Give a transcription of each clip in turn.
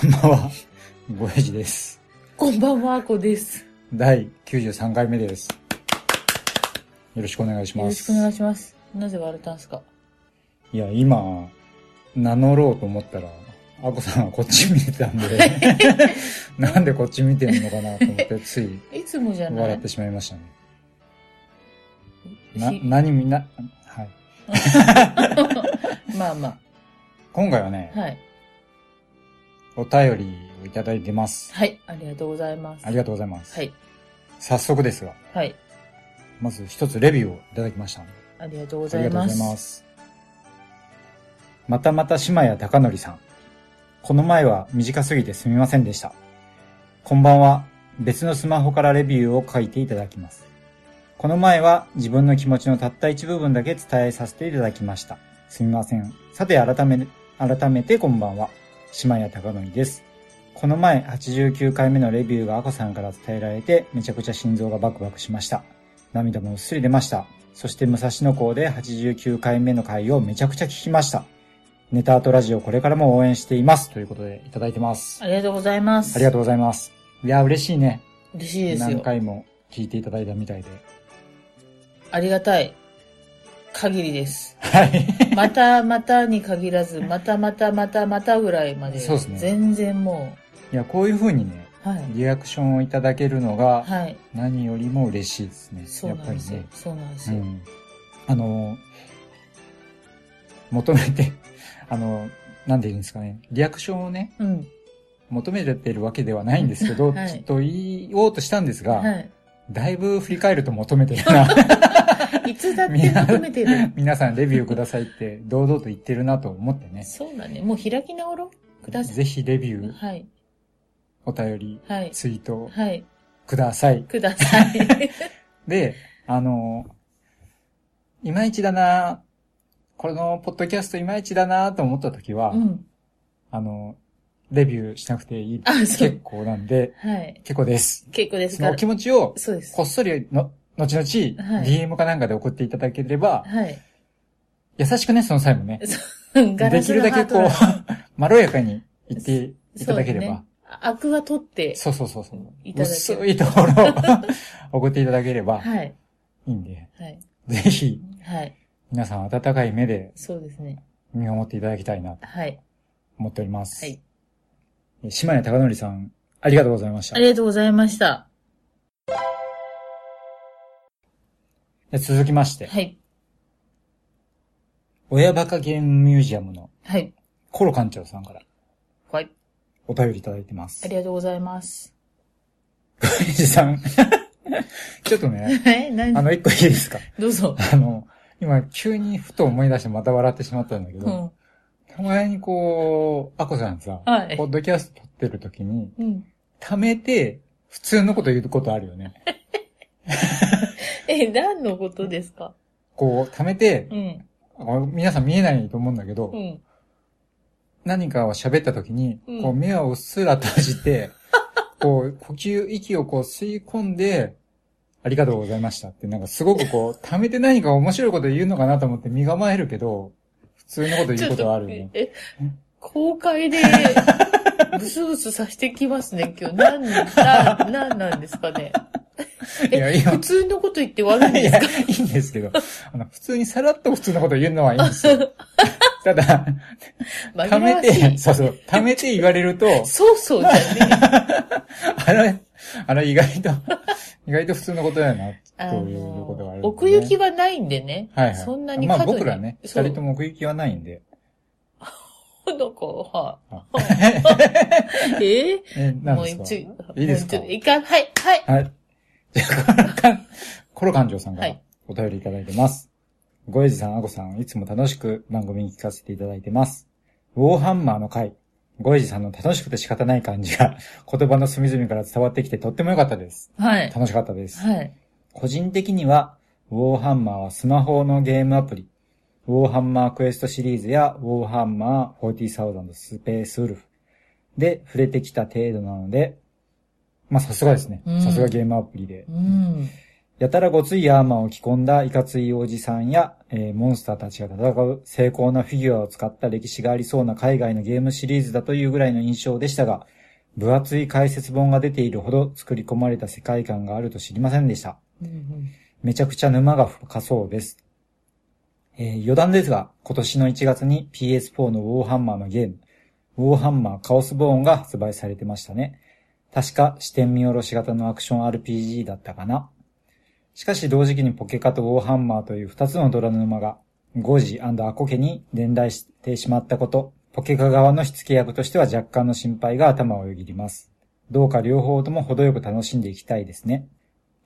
こんばんは、ごえじです。こんばんはあこです第93回目です。よろしくお願いしよまろしす。くお願いしますなぜ笑ったんですかいや、今、名乗ろうと思ったら、あこさんはこっち見てた んで、なんでこっち見てるのかなと思って、ついいつもじゃな笑いってしまいましたね。な、し何みんな、はい。まあま今回はね、あはいお便りをいただいてます。はいありがとうございますありがとうございます。はい早速ですが、はいまず一つレビューをいただきました。ありがとうごあざいりがとうまごすざいます。またまた島谷貴則さん。この前は短すぎてすみませんでした。こんばんは。別のスマホからレビューを書いていただきます。この前は自分の気持ちのたった一部分だけ伝えさせていただきました。すみません。さて改め、改めてこんばんは。島谷貴則です。この前89回目のレビューがアコさんから伝えられてめちゃくちゃ心臓がバクバクしました。涙もうっすり出ました。そして武蔵野港で89回目の回をめちゃくちゃ聞きました。ネタアートラジオこれからも応援しています。ということでいただいてます。ありがとうございますありがとうございます。いや、嬉しいね。嬉しいです何よ回も聞いていただいたみたいで。ありがたい限り です。はい。またまたに限らず、またまたまたまたぐらいまで。そうですね全然もいや、こういう風にね、う。はい。リアクションをいただけるのがはい。何よりも嬉しいですね。そうなんですやよっ。そうなんですぱりよ。ね。うん。あの、求めて、 あの、なんて言うんですかね。リアクションをね、うん。求めてるわけではないんですけど、はいちょっと言おうとしたんですが、はだいぶ振り返ると求めてるな。い。いつだって 求めて る。皆さんレビューくださいって堂々と言ってるなと思ってね。そうだね。もう開き直ろう。くださぜひレビュい。ー、はい。お便り、はい。ツイートはい。ください。くださ い。で、あの、いまいちだな、このポッドキャストいまいちだなと思った時は、うん。あの、レビューしなくていい。あ、そ結う。構なんで、はい。結構です。結構ですそかのおら気。持ちを、そうですこ。っそりの、後々、い DM かなんかで送っていただければ、はい。 優しくね、その際もね。うんガでラきスるのだハけートこがう、 まろやかに言っていただけそれうですばね。アクは取って。そうそうそうそう。いただければ薄いところを 送っていただければはい。いいんで、はい。ぜひはい。皆さん温かい目でそうですね。見守っていただきたいなとはい。思っております。はい。え島根隆則さん、ありがとうございましたあ。りがとうございました。で続きまして、はい。親バカゲームミュージアムのはい。コロ館長さんからはい。お便りいただいてます。ありがとうございます。小林さん。 ちょっとね、え何あの、一個いいですか どうぞ。あの、今急にふと思い出してまた笑ってしまったんだけど、うん。たまにこう、アコさんさ、はいポッドキャスト撮ってる時に、うん。溜めて、普通のこと言うことあるよね。え、何のことですかこう、溜めて、うん。こう皆さん見えないと思うんだけど、うん。何かを喋った時に、うんこう、目をうっすら閉じ て、こう、呼吸、息をこう吸い込んで、ありがとうございましたって、なんかすごくこう、溜めて何か面白いこと言うのかなと思って身構えるけど、普通のこと言うことはあるよね。え、公開 で、ブスブスさせてきますね、今日。何、な、なんなんですかね。いや、いや普通のこと言って悪いんいですや、かいいんですけど、あの、普通にさらっと普通のこと言うのはいいんで すよ。ただ、溜紛らめ、わしてい。そうそう、溜めて言われると、そうそうじゃねあれ、あれ意外と、意外と普通のことだよな、え。あということがあるんでね、の、奥行きはないんでね。はいはい。そんなにま過あ度に。僕らね、そ二う人とも奥行きはないんで。どこはあ ええ、なんもうです一か応、いいですかもう一応一回、はい、はい。はい。じゃあ、コロカン、コロカンジョーさんかはらいお便りいただいてます。ごえじさん、あこさん、いつも楽しく番組に聞かせていただいてます。ウォーハンマーの回、ゴイジさんの楽しくて仕方ない感じが言葉の隅々から伝わってきてとっても良かったです。はい。楽しかったです。はい。個人的には、ウォーハンマーはスマホのゲームアプリ、ウォーハンマークエストシリーズや、ウォーハンマー40,000スペースウルフで触れてきた程度なので、まあさすがですねう。んさすがゲームアプリでう。ん。やたらごついアーマーを着込んだいかついおじさんや、えーモンスターたちが戦う精巧なフィギュアを使った歴史がありそうな海外のゲームシリーズだというぐらいの印象でしたが、分厚い解説本が出ているほど作り込まれた世界観があると知りませんでした。うんめちゃくちゃ沼が深そうです。えー余談ですが、今年の1月に PS4 のウォーハンマーのゲーム、ウォーハンマーカオスボーンが発売されてましたね。確か視点見下ろし型のアクション RPG だったかな。しかし同時期にポケカとウォーハンマーという2つのドラの沼が、ゴジアコケに伝来してしまったこと、ポケカ側の火付け役としては若干の心配が頭をよぎります。どうか両方とも程よく楽しんでいきたいですね。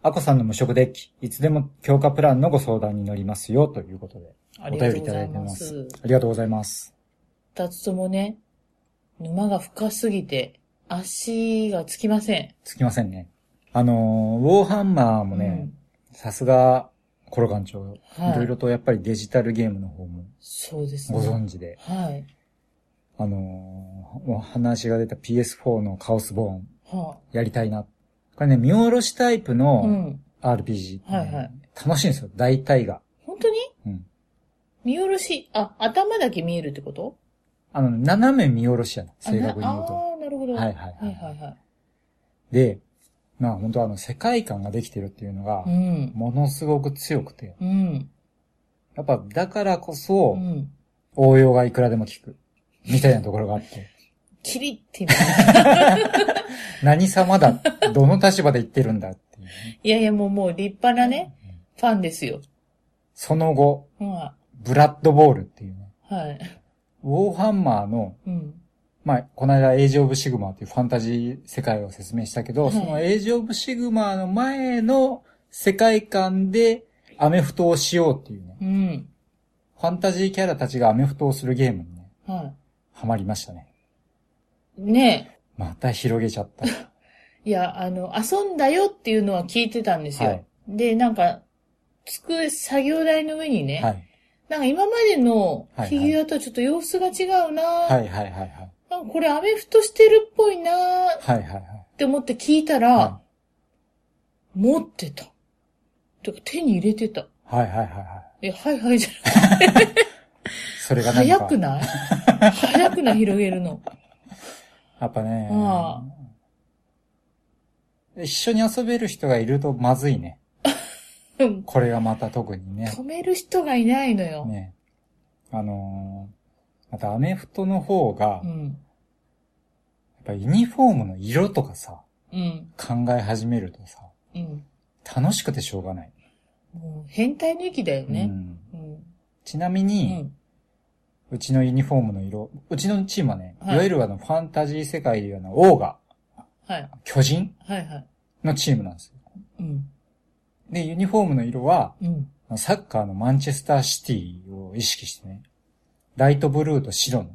アコさんの無職デッキ、いつでも強化プランのご相談に乗りますよ、ということで。あおりが便とりうございただいいてまますす。。ありがとうございます。二つともね、沼が深すぎて、足がつきません。つきませんね。あのー、ウォーハンマーもね、さすが、コロ館長、はいいろいろとやっぱりデジタルゲームの方もそうですね。ご存知で、はい。あのーお話が出た PS4 のカオスボーン、はやりたいな。これね、見下ろしタイプあ、うのん。 RPG、ってねはいはい楽しいんですよ、大体が。本当にうん見下ろし、あ、頭だけ見えるってことあの、斜め見下ろしやな、あ正確にな言うと。あーなるほど。はいはいはいはいはい。で、まあ本当あの、世界観ができてるっていうのがう、ん。ものすごく強くて、うん。やっぱだからこうそ、ん。応用がいくらでも効く。みたいなところがあって。キリって今。何 様だどの立場で言ってるんだっていうね、いやいや、もうもう立派なね、ファンですよ。その後、まブラッドボールっていうね。あ、はい。ウォーハンマーの、うん。まあ、この間、エイジオブシグマっていうファンタジー世界を説明したけど、はいそのエイジオブシグマの前の世界観でアメフトをしようっていうね。うん。ファンタジーキャラたちがアメフトをするゲームにね、はハマりましたね。い。ねまた広げちゃった。え。いや、あの、遊んだよっていうのは聞いてたんですよ。はいで、なんか、机、作業台の上にね、はい。なんか今までのフはいはィいギュアとはちょっと様子が違うな、はいはいはいはい。なんかこれアメフトしてるっぽいなっはいはいはい。て思って聞いたら、は持ってた。てか手に入れてた。はいはいはいはい。え、はいはいじゃない。それがなん早か。く ない早くない広げるの。やっぱね、あ一緒に遊べる人がいるとまずいね。うんこれがまた特にね。止める人がいないのよ。ね。あのーまたアメフトの方が、うやっん。ぱユニフォームの色とかさ、うん。考え始めるとさ、うん。楽しくてしょうがない。もう変態の域だようね。んうん。ちなみうに、ん。うちのユニフォームの色、うちのチームはね、はいい、わゆるあのファンタジー世界でいうようなオーガ、はい。巨人はいはい。のチームなんですよ。うん。で、ユニフォームの色は、うん。サッカーのマンチェスターシティを意識してね、ライトブルーと白の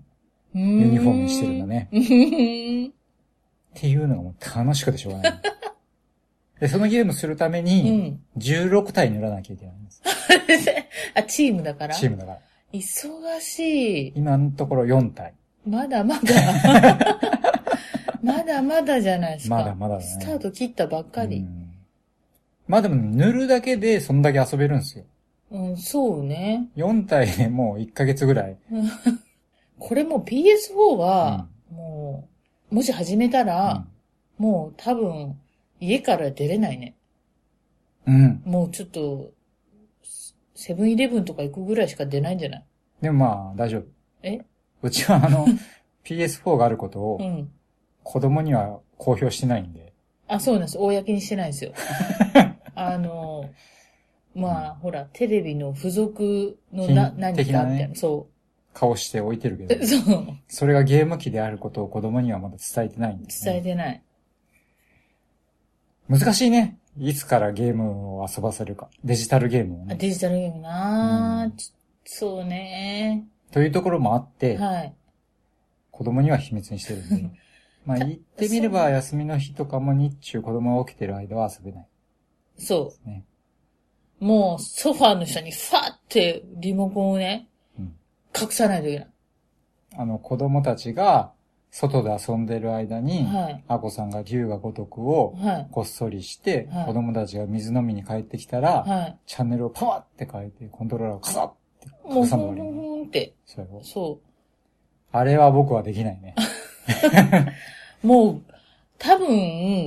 ユユニフォームにしてるんだ。ね。っていうのがもう楽しくてしょう がない。で、そのゲームするためうに、ん。 16体塗らなきゃいけないんです。 あ、チームだからチームだから。忙しい。今のところ4体。まだまだ。 まだまだじゃないですか。まだまだだねスタート切ったばっかうり。んまあでも塗るだけでそんだけ遊べるんですよ。うん、そうね。 4体でもう1ヶ月ぐらい。これもう PS4 は、もう、もし始めたら、もう多分、家から出れないね。うん、うん。もうちょっと、セブンイレブンとか行くぐらいしか出ないんじゃないでもまあ大丈夫。えうちはあ の、PS4 があることをうん。子供には公表してないんで。あ、そうなんです。公にしてないんです よ。あの、まあ、ほら、テレビの付属のな、品何的かなあっねて、そ顔して置いてるけどう。、 そう。それがゲーム機であることを子供にはまだ伝えてないんです、伝えね。てない。難しいね。いつからゲームを遊ばせるか。デジタルゲームをあね。デジタルゲームなぁ、うんちそうねというところもあって、はい。子供には秘密にしてる んで。まあ言ってみれば休みの日とかも日中子供が起きてる間は遊べないそですね。う。もう、ソファーの下にファーってリモコンをね、うん隠さないといけない。あの子供たちが外で遊んでる間に、はいあこさんが龍が如くをはい。こっそりして、はい子供たちが水飲みに帰ってきたら、はい。チャンネルをパワって変えて、コントローラーをカサッてもう、隠ふさんんのふんふに。んって。それを。そあれは僕はできないね。う。もう、多分、う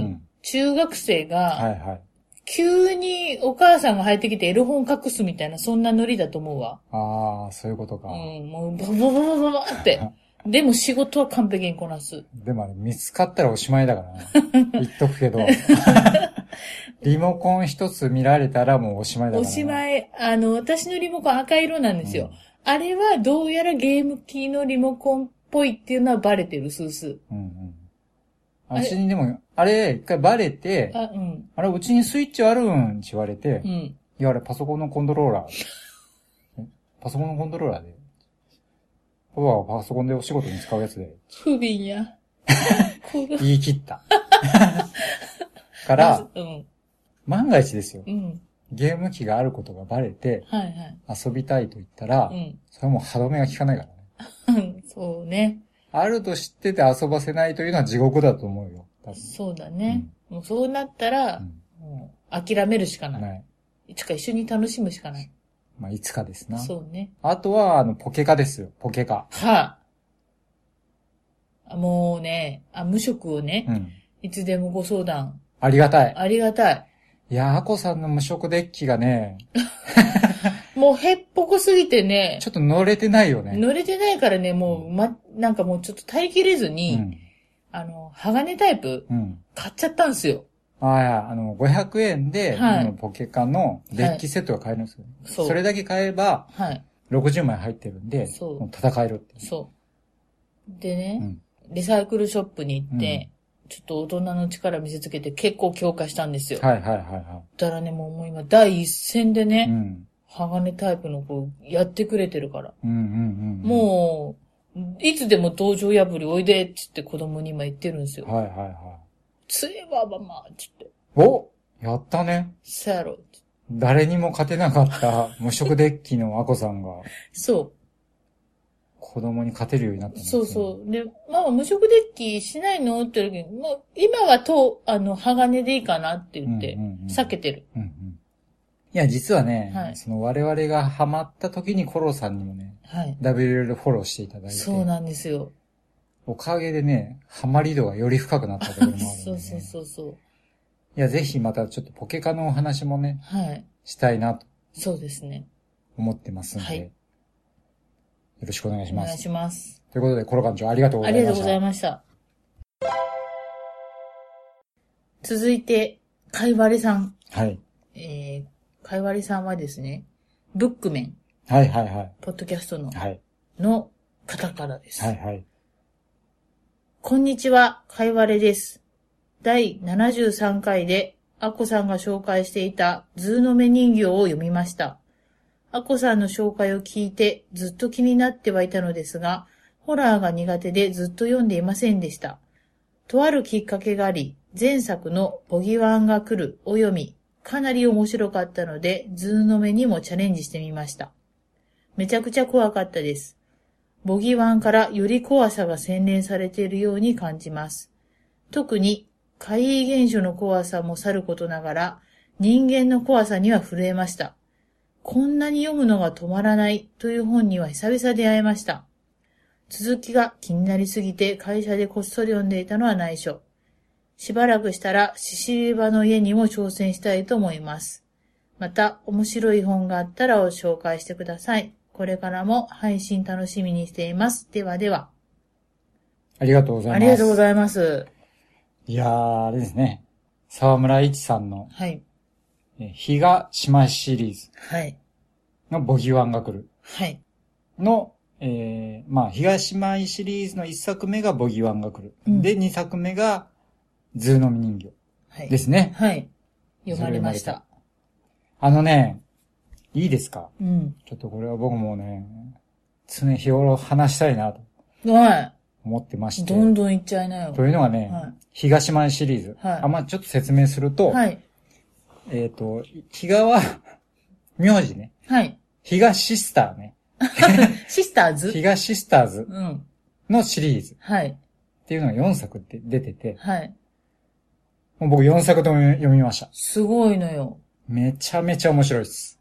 ん。中学生はいが、はい。急にお母さんが入ってきてエロ本隠すみたいな、そんなノリだと思うわ。ああ、そういうことか。うん、もう、ボボボボボボ って。でも仕事は完璧にこなす。でもあれ、見つかったらおしまいだからな。 言っとくけど。リモコン一つ見られたらもうおしまいだからおな。しいまい、あの、私のリモコン赤色なんですよ。。あれはどうやらゲーム機のリモコンっぽいっていうのはバレてる、スースー。うんうん。あれ私にでも、あれ、一回バレて、あ、うん、あれ、うちにスイッチあるんって言われて、ういん。や、あれ、パソコンのコントローラー。えパソコンのコントローラーで。パパはパソコンでお仕事に使うやつで。不憫や。 この言い切った。 から、うん、万が一ですよ。うん。ゲーム機があることがバレて、はいはい。遊びたいと言ったら、うんそれはもう歯止めが効かないからね。うん。そうね。あると知ってて遊ばせないというのは地獄だと思うよ。多分そうだね。もうそうなったら、もう諦めるしかうん。ない。ない。いつか一緒に楽しむしかない。まあ、いつかですな。そうね。あとは、あの、ポケカですよ。ポケカ。はあ、あもうね、あ無職をね、うん。いつでもご相談。ありがたい。ありがたい。いやー、アコさんの無色デッキがね、もうへっぽこすぎてね、ちょっと乗れてないよね。乗れてないからね、もう、ま、なんかもうちょっと耐えきれずうに、ん。あの、鋼タイプうん。買っちゃったんですよ。ああ、あの、500円で、はいあのポケカのデッキセットが買えるんですよ、ねそうそれだけ買えば、はい。 60枚入ってるんで、そうも戦えるっていう。そう。でうね、ん。リサイクルショップに行って、ちょっと大人の力見せつけて結構強化したんですよ。はいはいはいはだからね、もうもう今第一線でい。うね、ん。鋼タイプの子やってくれてるから。うんうんうん。もう、いつでも道場破りおいでって言って子供に今言ってるんですよ。はいはいはつえばばまあ、つって。い。おやったね。せやろっつって。誰にも勝てな かった無色デッキのアコさんがそう。子供に勝てるようになったんですそねうそう。で、ママ無職デッキしないのって言う時に、まあ、今はと、あの、鋼でいいかなって言ってうんうんうん、避けてる。うんうん。いや、実はね、はいその我々がハマった時にコロさんにもね、はい。 WL フォローしていただいて、そうなんですよ。おかげでね、ハマり度がより深くなったところもあるんで、ね。 そうそうそうそう。いや、ぜひまたちょっとポケカのお話もね、はい。したいなとそうですね。思ってますんで、はいよろしくお願いしおま願いす。します。ということで、コロ館長ありがとうごあざりいがまとうごしたざい。ました。続いて、かいわれさん。はい。えー、かいわれさんはですね、ブックメン、はいはいはい。ポッドキャストの、はい。の方からです。はいはい。こんにちは、かいわれです。第73回で、アッコさんが紹介していた、図の目人形を読みました。アッコさんの紹介を聞いて、ずっと気になってはいたのですが、ホラーが苦手でずっと読んでいませんでした。とあるきっかけがあり、前作のボギワンが来るを読み、かなり面白かったので、図の目にもチャレンジしてみました。めちゃくちゃ怖かったです。ボギワンからより怖さが洗練されているように感じます。特に、怪異現象の怖さもさることながら、人間の怖さには震えました。こんなに読むのが止まらないという本には久々出会いました。続きが気になりすぎて会社でこっそり読んでいたのは内緒。しばらくしたら、獅子場の家にも挑戦したいと思います。また、面白い本があったらを紹介してください。これからも配信楽しみにしています。ではでは。ありがとうございます。ありがとうございます。いやー、あれですね。沢村一さんの、はい。えー日が島シリーズはい。のボギワンが来るはい。の、えー、まあ、東島シリーズの1作目がボギワンが来る。うんで、2作目が、ズーのみ人はい。形ですね。はい。読まれました。あのね、いいですかうん。ちょっとこれは僕もね、常日頃話したいなと。はい。思ってまして。どんどんいっちゃいなよ。というのがね、はい東前シリーズ。はいあ、まあ、ちょっと説明すると、はい。えっ、と、比嘉は、名字ね。はい。比嘉シスターね。シスター比ズ嘉シスターズうん。のシリーズはい。っていうのが4作って出てて、はい。もう僕4作とも読みました。すごいのよ。めちゃめちゃ面白いです。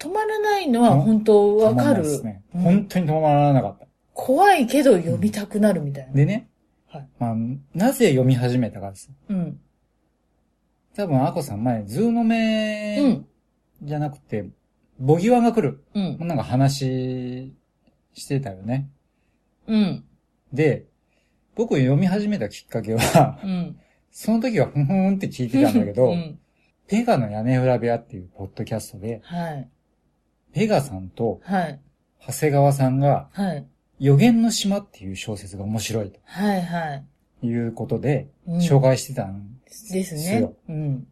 止まらないのはうん本当わ止まからないるで。すね。うん本当に止まらなかった。怖いけど読みたくなるみたいな。でね、はいまあ、なぜ読み始めたかです。うん。多分、アコさん前、ズーのう目ん。じゃなくて、ボギワが来る。うん。なんか話してたよね。うん。で、僕読み始めたきっかけは、 うん。その時はふんふんって聞いてたんだけど、うん。ペガの屋根裏部屋っていうポッドキャストで、はい。ペガさんとはい。長谷川さんがはい。予言の島っていう小説が面白いはい。はい。ということで、うん紹介してたんですすねよ。うん。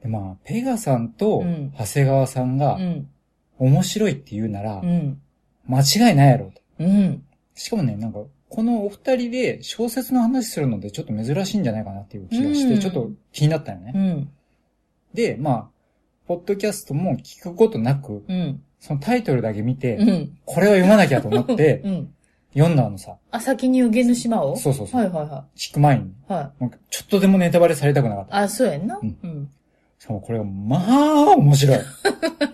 で、まあ、ペガさんとうん長谷川さんがうん。面白いって言うならう、ん。間違いないやろと。うん。しかもね、なんか、このお二人で小説の話するのでちょっと珍しいんじゃないかなっていう気がして、うんちょっと気になったよね。うん。で、まあ、ポッドキャストも聞くことなく、うん。そのタイトルだけ見て、うん。これは読まなきゃと思って う、ん。読んだのさ、あ、先に予言の島をそうそうそうはいはいは聞く前に。い。はい。なんかちょっとでもネタバレされたくなかった。あ、そうやんな。うんうん。しかもこれが、まあ、面白い。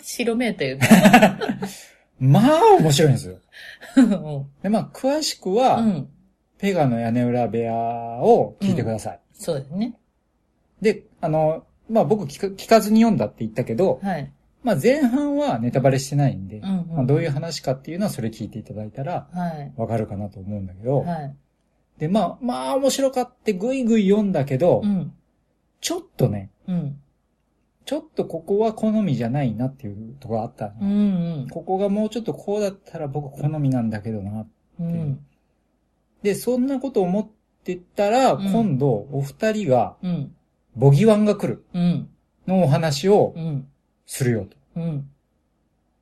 白目というか。まあ、面白いんですよ。うんで、 まあ、詳しくうは、ん。ペガの屋根裏部屋を聞いてください。そうですね。で、あの、まあ僕聞か聞かずに読んだって言ったけど、はい。まあ前半はネタバレしてないんで、うんうん。まあ、どういう話かっていうのはそれ聞いていただいたらはい。わかるかなと思うんだけど、はい。で、まあ、まあ面白かってぐいぐい読んだけど、うん。ちょっとね、うん。ちょっとここは好みじゃないなっていうところあったの、うんうん。ここがもうちょっとこうだったら僕好みなんだけどな。うん。で、そんなこと思ってたら、うん今度お二人がうん。ボギワンが来るうん。のお話をうん。するよと。うん。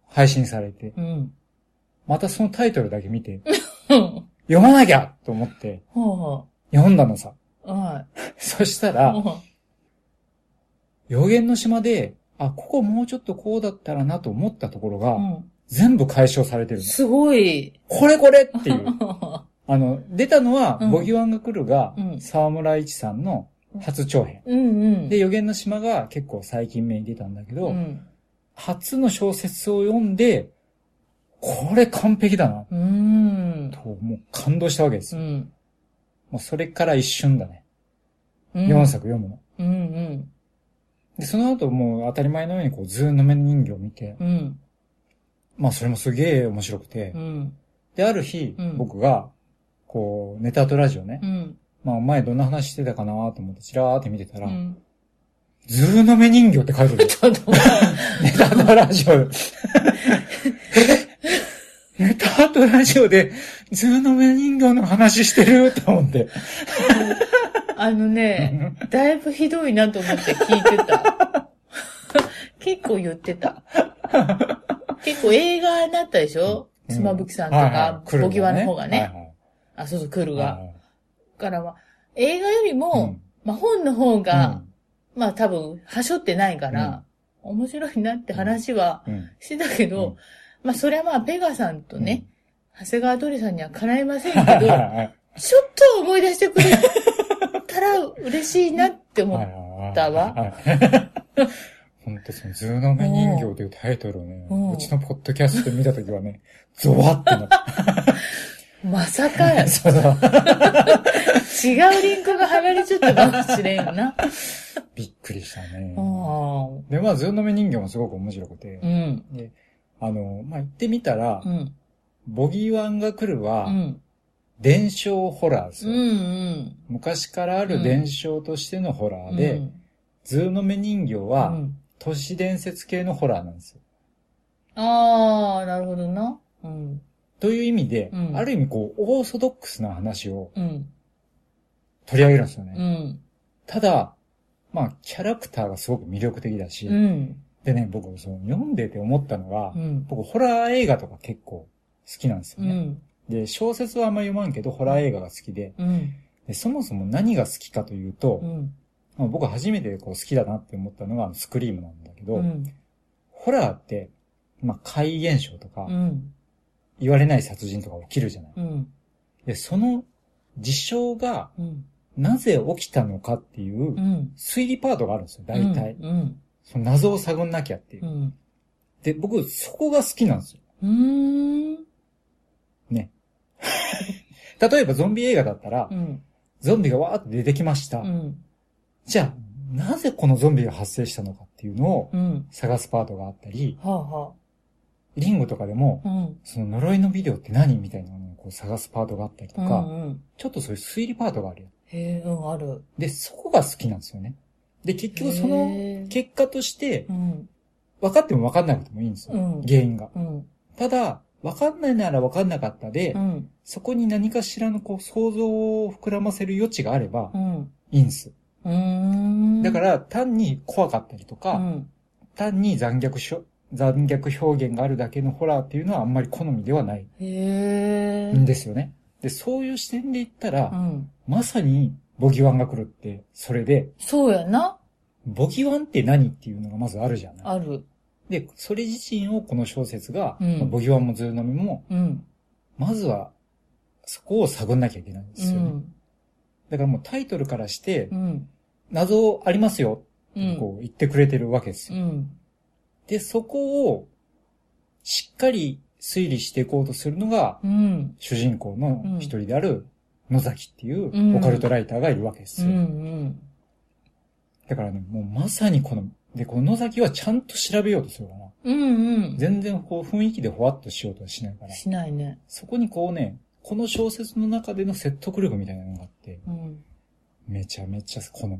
配信されて、うん。 またそのタイトルだけ見て、うん。読まなきゃと思っては読んだのさ。 あ。はそしたい。ら、は予言の島で、あ、ここもうちょっとこうだったらなと思ったところが、あう全部解消されてるん。の。すごい。 これこれっていう。うあの、出たのは、うんボギワンが来るが、うん沢村一さんの初長編。んうん。で、予言の島が結構最近目に出たんだけど、うん。初の小説を読んで、これ完璧だな、うん。と、もう感動したわけですうよ。ん。もうそれから一瞬だね。うん4作読むの。うんで、その後もう当たり前のようにこう、ズーの目人形を見てうん。う、ん。まあそれもすげえ面白くてう、ん。で、ある日う、ん僕が、こう、ネタとラジオねう、ん。まあ前どんな話してたかなと思ってチラーって見てたうら、ん。ズーの目人形って書いて るよ。ちょっと待ってネタとラジオ。 えネタとラジオで、ズーの目人形の話してると思って。あのね、だいぶひどいなと思って聞いてた。 結構言ってた。結構映画になったでしょ妻夫木さんとはいはかい、来るボギワの方がはねい。はいあ、そうそう、クルはが。いだからまあ、映画よりはいも、まあ本の方が、まあ多分、はしょってないから、面白いなって話はうんうんしてたけうんど、まあそれはまあ、ペガさんとね、長谷川鳥さんにはかないませんうん。けはいどは、いはいちょっと思い出してくれたら嬉しいなって思う。たわ 本当その、ズーの目人形というタイトルをね、うんうちのポッドキャストで見たときはね、 ゾワってなった。まさかや、違そうそううリンクが貼られちゃったかもしれんよな。びっくりしたね。 うんで、まあ、ズーの目人形もすごく面白くて、うん。あの、まあ、行ってみたら、うん。ボギーワンが来るは、うん。伝承ホラーですうよ、ん。昔からある伝承としてのホラうーん。で、うん、ズーの目人形は、うん都市伝説系のホラーなんですよ。ああ、なるほどな。うん。という意味で、うんある意味こう、オーソドックスな話をうん。取り上げるんですよね。うん。ただ、まあ、キャラクターがすごく魅力的だし、うん。でね、僕、その、読んでて思ったのが、うん。僕、ホラー映画とか結構好きなんですうよね。ん。で、小説はあんま読まんけど、ホラー映画が好きで、うん。でそもそも何が好きかというとう、ん。まあ僕は初めてこう好きだなって思ったのがあのスクリームなんだけど、うん。ホラーって、まあ、怪現象とか、うん。言われない殺人とか起きるじゃない。うん。で、その事象がうん。なぜ起きたのかっていううん。推理パートがあるんですよ、大体。うん。その謎を探んなきゃっていうう。ん。で、僕、そこが好きなんですよ。うん。ね。例えばゾンビ映画だったらう、ん。ゾンビがわーって出てきました。うん。じゃあ、なぜこのゾンビが発生したのかっていうのをうん。探すパートがあったり、はあはリンゴとかでも、あ。うん。その呪いのビデオって何みたいなのをこう探すパートがあったりとうか、んうん。ちょっとそういう推理パートがあるよ。へえ、うん、ある。で、そこが好きなんですよね。で、結局そのへえ結果としてう、ん。分かっても分かんなくてもいいんですよ。うん原因が。うん。ただ、分かんないなら分かんなかったで、うん。そこに何かしらのこう想像を膨らませる余地があればうん。いいんです。うーん。だから、単に怖かったりとか、うん。単に残虐しょ、残虐表現があるだけのホラーっていうのはあんまり好みではないへえ。んですよね。で、そういう視点で言ったら、うん。まさにボギワンが来るって、それで、そうやな。ボギワンって何っていうのがまずあるじゃない。ある。で、それ自身をこの小説が、うんまあボギワンもズーノミも、うん。まずは、そこを探んなきゃいけないんでうすよね。ん。だからもうタイトルからしてう、ん。謎ありますよ、うん。こう言ってくれてるわけですうよ。ん。で、そこを、しっかり推理していこうとするのが、うん。主人公の一人である野崎っていううんオカルトライターがいるわけですうよ。ん。だからね、もうまさにこの、で、この野崎はちゃんと調べようとするからな。うん。うん。全然こう雰囲気でほわっとしようとはしないから。しないね。そこにこうね、この小説の中での説得力みたいなのがあって、うん。めちゃめちゃ好み。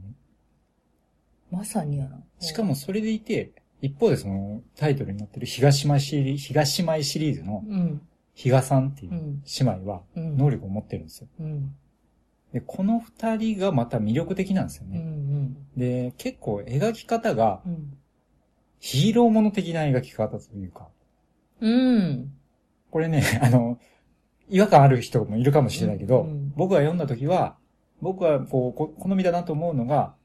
まさにやな。しかもそれでいて、一方でそのタイトルになってる東島シリ東島シリーズのうん。。比嘉さんっていううん姉妹はうん。能力を持ってるんですよ。うん。で、この二人がまた魅力的なんですようん。うね。ん。で、結構描き方がうん。ヒーローもの的な描き方というか、うん。これね、 あの、違和感ある人もいるかもしれないけど、うんうん僕が読んだ時は、僕はこう、こ好みだなと思うのが、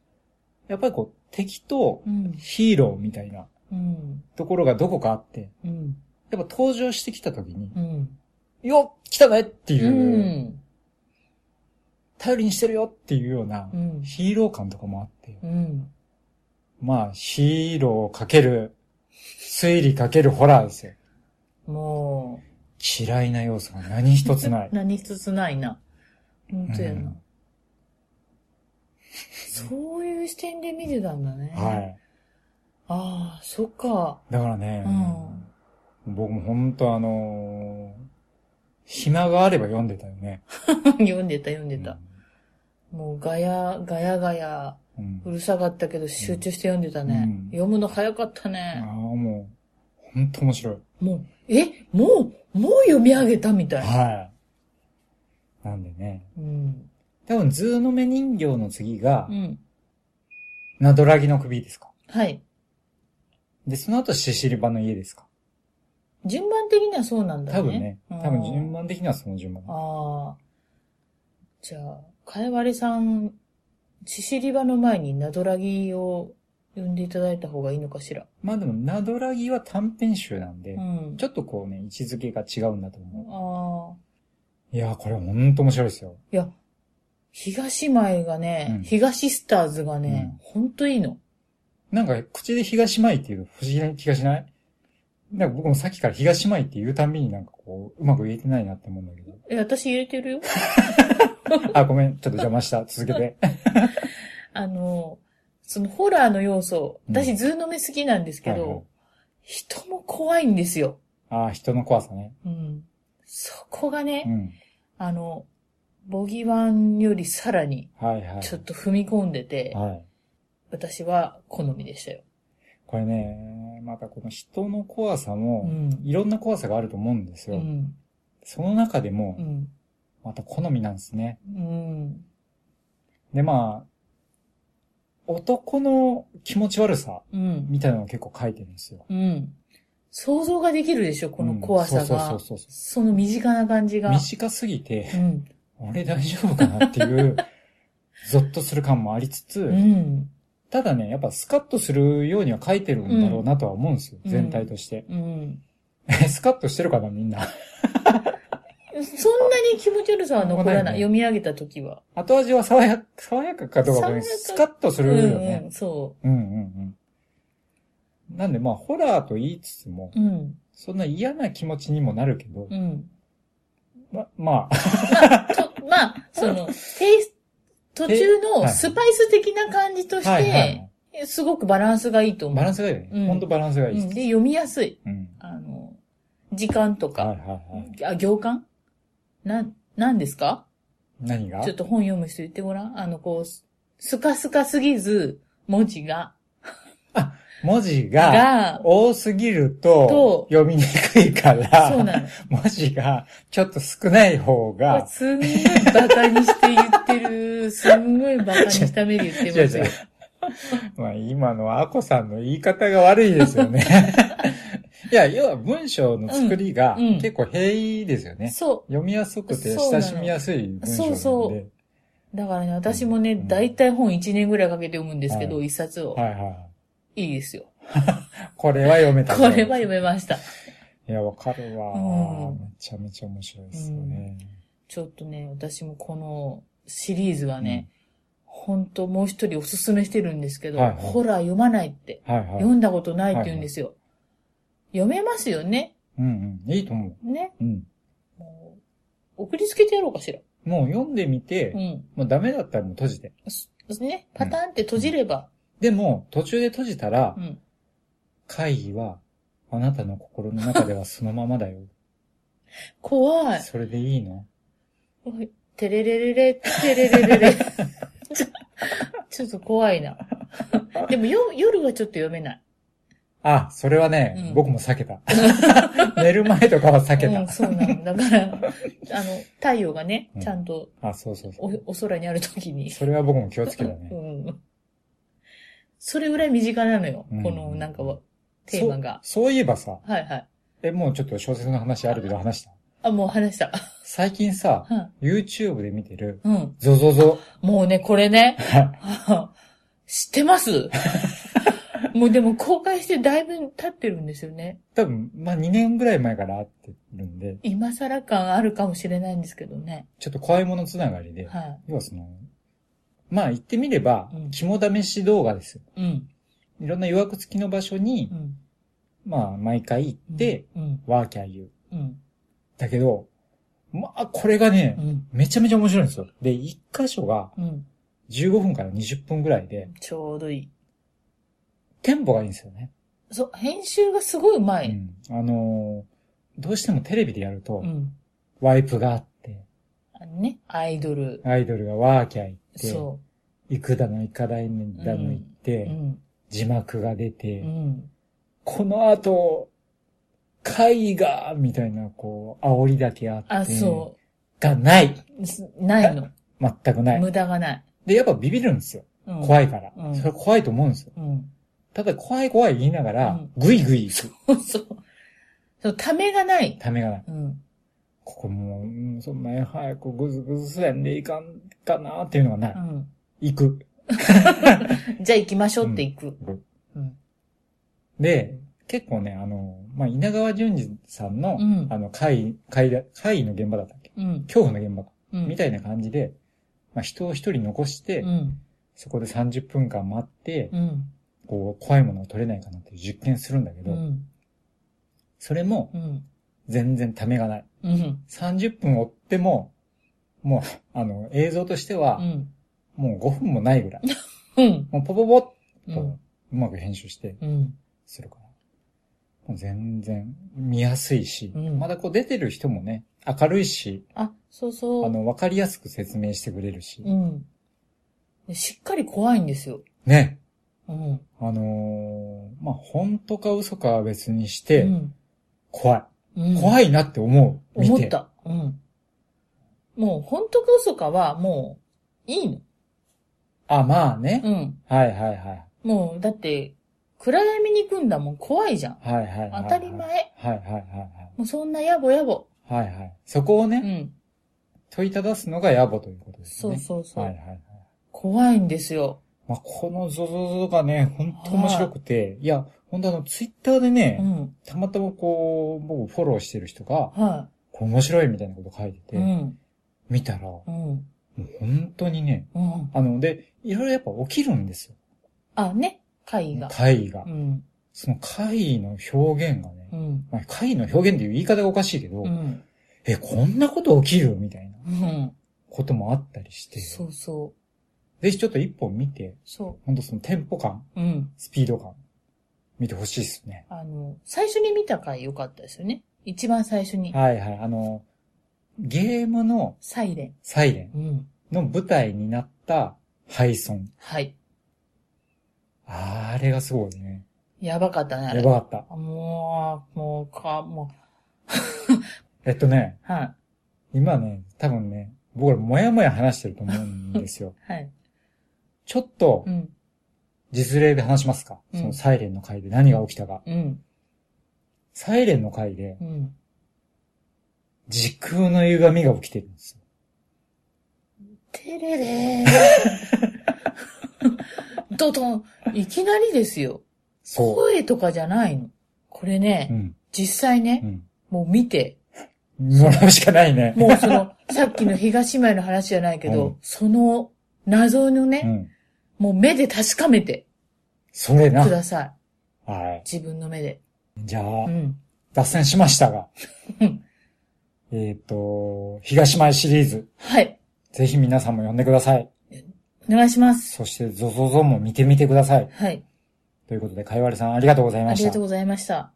やっぱりこう、敵とうん。ヒーローみたいなうん。ところがどこかあって、うん。やっぱ登場してきた時に、うん。よっ来たねっていうう、ん。頼りにしてるよっていうようなう、ん。ヒーロー感とかもあって、うん。まあ、ヒーローかける、推理かけるホラーですよ。も、。嫌いな要素が何一つないう何一つないな。 本当やうな。んそういう視点で見てたんだね。はい。ああ、そっか。 だからね、僕も本当あのー暇があれば読んでたよね。読んでた、読んでた。もう、ガヤ、ガヤガヤ、うん。うるさかったけど集中して読んでたね。うん読むの早かったああ、ね。もう、本当面白い。もう、え、もう、もう読み上げたみたい。はい。なんでね。うん。多分、ズーの目人形の次がう、ん。ナドラギの首ですか。はい。で、その後、シシリバの家ですか。順番的にはそうなんだね。多分ね。うん多分、順番的にはその順番。ああ。じゃあ、かえわれさん、シシリバの前にナドラギを読んでいただいた方がいいのかしら。まあでも、ナドラギは短編集なんでう、ん。ちょっとこうね、位置づけが違うんだとあ思あ。う。いやー、これ本当面白いですよ。いや、東舞がね、うん東スターズがね、ほんといいの。なんか、口で東舞っていう不思議な気がしないなんか僕もさっきから東舞って言うたんびになんかこう、うまく言えてないなって思うんだけど。え、私入れてる よ。あ、ごめん、ちょっと邪魔した。続けて。 あの、そのホラーの要素、うん私ズーの目好きなんですけど、はいはい人も怖いんですよ。あー人の怖さね。うん。そこがね、うん。あの、ボギワンよりさらに、はいはい。ちょっと踏み込んでて、はい。私は好みでしたよ。これね、またこの人の怖さうも、ん。いろんな怖さがあると思うんですうよ。ん。その中でうも、ん。また好みなんですね。うん。で、まあ、男の気持ち悪さうん。みたいなのを結構書いてるんですよ。うん。想像ができるでしょ、この怖さがうんそうそうそうそう。その身近な感じが。短すぎうて、ん。俺大丈夫かなっ ていう、ゾッとする感もありつつ、うん。ただね、やっぱスカッとするようには書いてるんだろうなとは思うんですよ。うん全体として。 うん。スカッとしてるかな、みんな。そんなに気持ち悪さは残ら残らなないい。ね読み上げたときは。後味は爽やか、爽やかかどうかわかんないス爽カやッとすうるよん、うねん。。そうんうんうん。なんでまあ、ホラーと言いつつも、う。うん。そんな嫌な気持ちにもなるけどう、ん。ま、まあ、ちょ、まあ、その、テイスト、途中のスパイス的な感じとしはいはいて、。すごくバランスがいいと思う。バランスがいいよね。うんほんとバランスがいい。うんで、読みやすい。うん。あの、時間とはいはか、いはい。あ、行間なん、なんですか何がちょっと本読む人言ってごらん。あの、こう、すスカスカすぎず、文字が。文字がが、多すぎるとと読みにくいから、そうなの。文字がちょっと少ない方が、すんごいバカにして言って る。すんごいバカにした目で言ってますよ。まあ今のアコさんの言い方が悪いですよ ね。いや、要は文章の作りがうんうん結構平易ですよね。そ読みやすくてそうな親のしみやすい文章なので。そうそうう。だからね、私もね、うん大体本1年ぐらいかけて読むんですけど、は一冊を。はいはいいですよ。い。これは読めたこぞ。れは読めました。いや、わかるわ、うんめちゃめちゃ面白いですよね。ちょっとね、私もこのシリーズはね、本当もう一人おすすめしてるんですけど、はいはいホラー読まないって、はいはい。読んだことないって言うんですよ。読めますよねうんうん。いいと思ねう。うん。もう送りつけてやろうかしら。もう読んでみて、うん。もうダメだったらもう閉じて。すね、パターンって閉じれば、でも、途中で閉じたら、うん。会議は、あなたの心の中ではそのまま だよ。怖い。それでいいのてれれれれ、てれれれれ。ちょちょっと怖い な。でもよ夜はちょっと読めない。あ、それはね、うん僕も 避けた。寝る前とかは避けた。うん、そうなの。だから、あの、太陽がねうん、ちゃんとあ、そうそうそおう。お空にあるときに。それは僕も気をつけたうね。ん。それぐらい身近なのよ。うんこの、なんかは、テーマが。そ。そういえばさ、はいはい。え、もうちょっと小説の話あるけど話した。あ、もう話した。最近さ、は YouTube で見てる、いうん。ゾゾゾ。もうね、これ ね。知ってます もうでも公開してだいぶ経ってるんですよね。多分、まあ2年ぐらい前から会ってるんで、今更感あるかもしれないんですけどね。ちょっと怖いものつながりで、は要はその、まあ言ってみればう、ん肝試し動画ですよ。い。うん。いろんな予約付きの場所にう、ん。まあ毎回行って、、うん。ワーキャー言う。うん。だけど、まあこれがねう、ん。めちゃめちゃ面白いんですよ。で、一箇所がうん。 15分から20分ぐらいで、ちょうどいい。テンポがいいんですよね。そう、編集がすごいうまうい。ん。あのーどうしてもテレビでやるとう、ん。ワイプがあって、あのね、アイドル。アイドルがワーキャー行って、そ行くだの行かないだの行う。っうて、ん。字幕が出て、うん。この後、絵画みたいな、こう、煽りだけあって。。あ、そうがない。う。すないの。全くない。無駄がない。で、やっぱビビるんですよ。うん、怖い。いから。うんそれ怖いと思うんですよ。うん。ただ、怖い怖い言いながうらん、ぐいぐい行く。そう。そう、ためがない。ためがない。うん。ここもううん、そんなに早くぐずぐずせんでいかんかなっていうのがなうい。ん。行く。じゃあ行きましょうって行く。うん。で、結構ね、あの、まあ、稲川淳二さんの、うんあの、会、会だ、会の現場だったっけうん。恐怖の現場か。うん。みたいな感じで、まあ、人を一人残して、うん。そこで30分間待って、うん。こう、怖いものを取れないかなっていう実験するんだけうど、ん。それもうん。全然ためがない。うん。 30分追っても、もう、あの、映像としてはう、ん。もう5分もないぐらい。うん。もうポポポッと、う。うんまく編集して、うん。するから。もう全然見やすいし、うんまだこう出てる人もね、明るいし、あ、そうあそう。の、わかりやすく説明してくれるし、うん。でしっかり怖いんですよ。ね、うん。あのーまあ、本当か嘘かは別にして、うん怖い。うん。怖いなって思う。見て思った。うん。もう、本当か嘘かは、もう、いいの。あ、まあね。うん。はいはいはい。もう、だって、暗闇に行くんだもん、怖いじゃん。はいはいはいはい。当たり前。はいはいはいもうそんな野暮野暮。はい。はいはい。そこをうね、ん。問いただすのが野暮ということですそね。うそうそう。はいはいはい。怖いんですよ。まあ、このゾゾゾがね、本当面白くて、いや、本当あの、ツイッターでね、うん。たまたまこう、僕フォローしてる人が、はこう面白いみたいなこと書いてい。て、うん。見たら、もうん。う本当にね、うん。あの、で、いろいろやっぱ起きるんですよ。あ、ね。会が。会がう。ん。その会の表現がね、うん。まあ会の表現っていう言い方がおかしいけど、うん。え、こんなこと起きるみたいなうん。こともあったりして、そうそう。ぜひちょっと一本見て、そほんとそのテンポ感、う。うん。スピード感、見てほしいですね。あの、最初に見た回良かったですよね。一番最初に。はいはい、あの、ゲームのサイレン。サイレンうん。の舞台になった配送。はい。あれがすごいね。やばかったね、あやれ。ばかった。もう、もう、か、もえっとね、う、はい。。今ね、多分ね、僕らもやもや話してると思うんですよ はい。ちょっとう、ん。実実例で話しますか。うんそのサイレンの回で何が起きたか。うん。サイレンの回でうん。時空の歪みが起きてるんですよ。てれれ ー。ドドン。いきなりですよ。そ声とかじゃないの。これね、う。うん。実際うね、ん。もう見て、もらうしかないね。もうその、 さっきの東前の話じゃないけど、うんその謎のうね、ん。もう目で確かめてそれくな。ださい。はい。自分の目で。じゃあ、うん。脱線しましたがうん。えっと、東前シリーズ。はい。ぜひ皆さんも読んでください。お願いします。そして、ゾゾゾも見てみてください。はい。ということで、かいわれさんありがとうございあまりした。がとうとございました。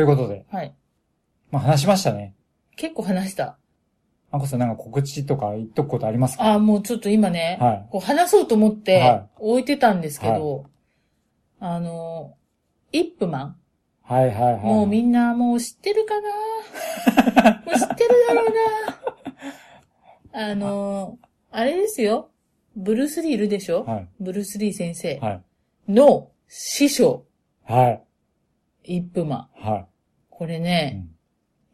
いうことで、はい。まあ話しましたね。結構話した。あこさんなんか告知とか言っとくことありますかああ、もうちょっと今ね、はいこう話そうと思っては置いてたんですけど、あの、イップマン。はいはいはい。もうみんなもう知ってるかな もう知ってるだろうな。あの、あれですよ。ブルース・リーいるでしょ、はい。ブルース・リー先生はい。の師匠、はい。イップマン。はこれい。うね、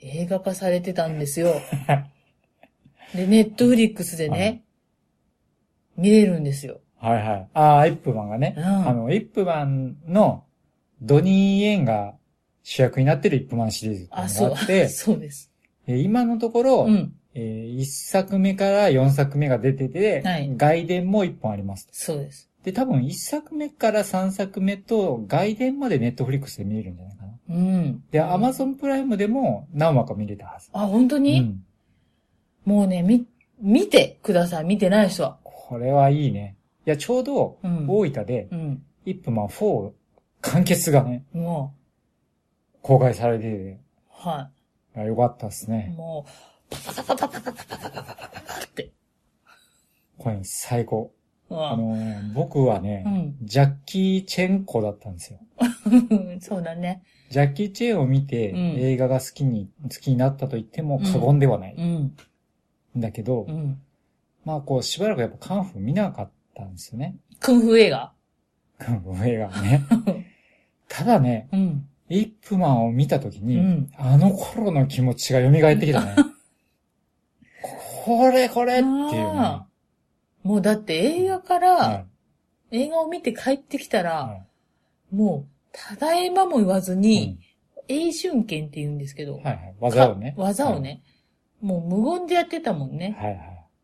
ん映画化されてたんです よ。で、ネットフリックスでね、はい見れるんですよ。はいはい。ああ、イップマンがね。うんあの、イップマンのドニー・イエンが主役になってるイップマンシリーズってあ、いうそのうがあっ。て、そうです。えー今のところ、うん。え1作目から4作目が出てて、はい外伝も1本あります。そうです。で、多分1作目から3作目と外伝までネットフリックスで見れるんじゃないかな。うん。で、アマゾンプライムでも何話か見れたはず。あ、本当うに、ん。もうね、み、見てください。見てない人は。これはいいね。いや、ちょうど、うん大分で、うん。イップマン4完結がね、も公開されてて、う、はあよかったですい。ね。もう、パパパパパパパパパパパパパって。これ最高。うあわのー僕はね、うんジャッキー・チェンコだったんですよ。 そうだね。ジャッキー・チェンを見て、うん映画が好きに、好きになったと言っても過言ではないうんん。だけど、うん。まあこう、しばらくやっぱカンフー見なかったんですよね。クンフー映画。カンフー映画はね。ただね、うん。イップマンを見たときに、うんあの頃の気持ちが蘇ってきたね。これこれっていうね。あもうだって映画かはら、映画を見て帰ってきたいら、はもう、ただいまも言わずいに、英春剣って言うんですけうどん、はいはい。技をね。技をね、もう無言でやってたもんはい。ね、はいはい。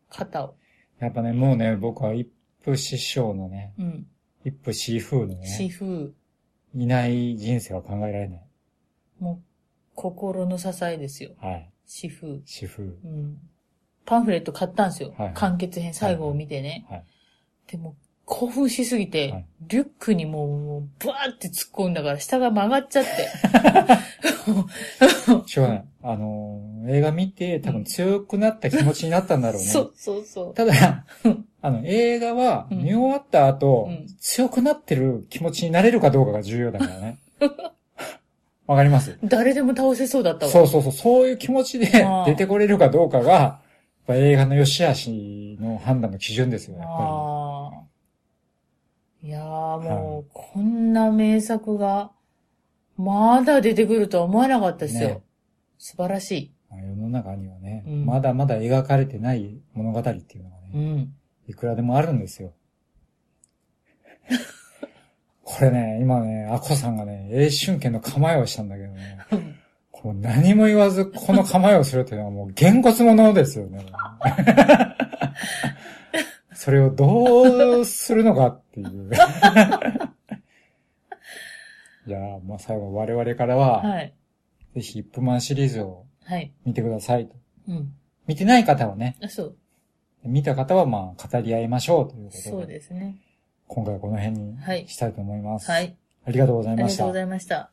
肩を。やっぱね、もうね、僕はイップ師匠のね、うん。イップシーフーのシね、フいない人生は考えられない。もう、心の支えですよ。はい。シフシーフうん。パンフレット買ったんですよ。はいはい完結編最後を見てね。ー。はい。でも、興奮しすぎて、はいリュックにもう、もうブワーって突っ込んだから、下が曲がっちゃって。しょうがない。あのー映画見て多分強くなった気持ちになったんだろうね。そうそうそう。ただ、あの、映画は見終わった後、うん強くなってる気持ちになれるかどうかが重要だから ね。わかります誰でも倒せそうだったわ。そうそうそう、そういう気持ちであー出てこれるかどうかが、やっぱ映画の良し悪しの判断の基準ですよ、やっぱああ。いやーもう、こんな名作が、まだ出てくるとは思わなかったですよ。ね素晴らしい。まあ世の中にはね、うんまだまだ描かれてない物語っていうのがうね、ん。いくらでもあるんですよ。これね、今ね、アコさんがね、英春剣の構えをしたんだけどね、こう何も言わずこの構えをするというのはもう、げんこつものですよね。それをどうするのかっていう。 じゃあ、まあ最後、我々からは、 はい。ぜひ、ヒップマンシリーズをはい。見てくださいと。うん。見てない方はね、あそう。見た方はまあ語り合いましょうということで、そうですね。今回はこの辺にはいしたいと思います。はい。ありがとうございありまがしとうごたざ。いました。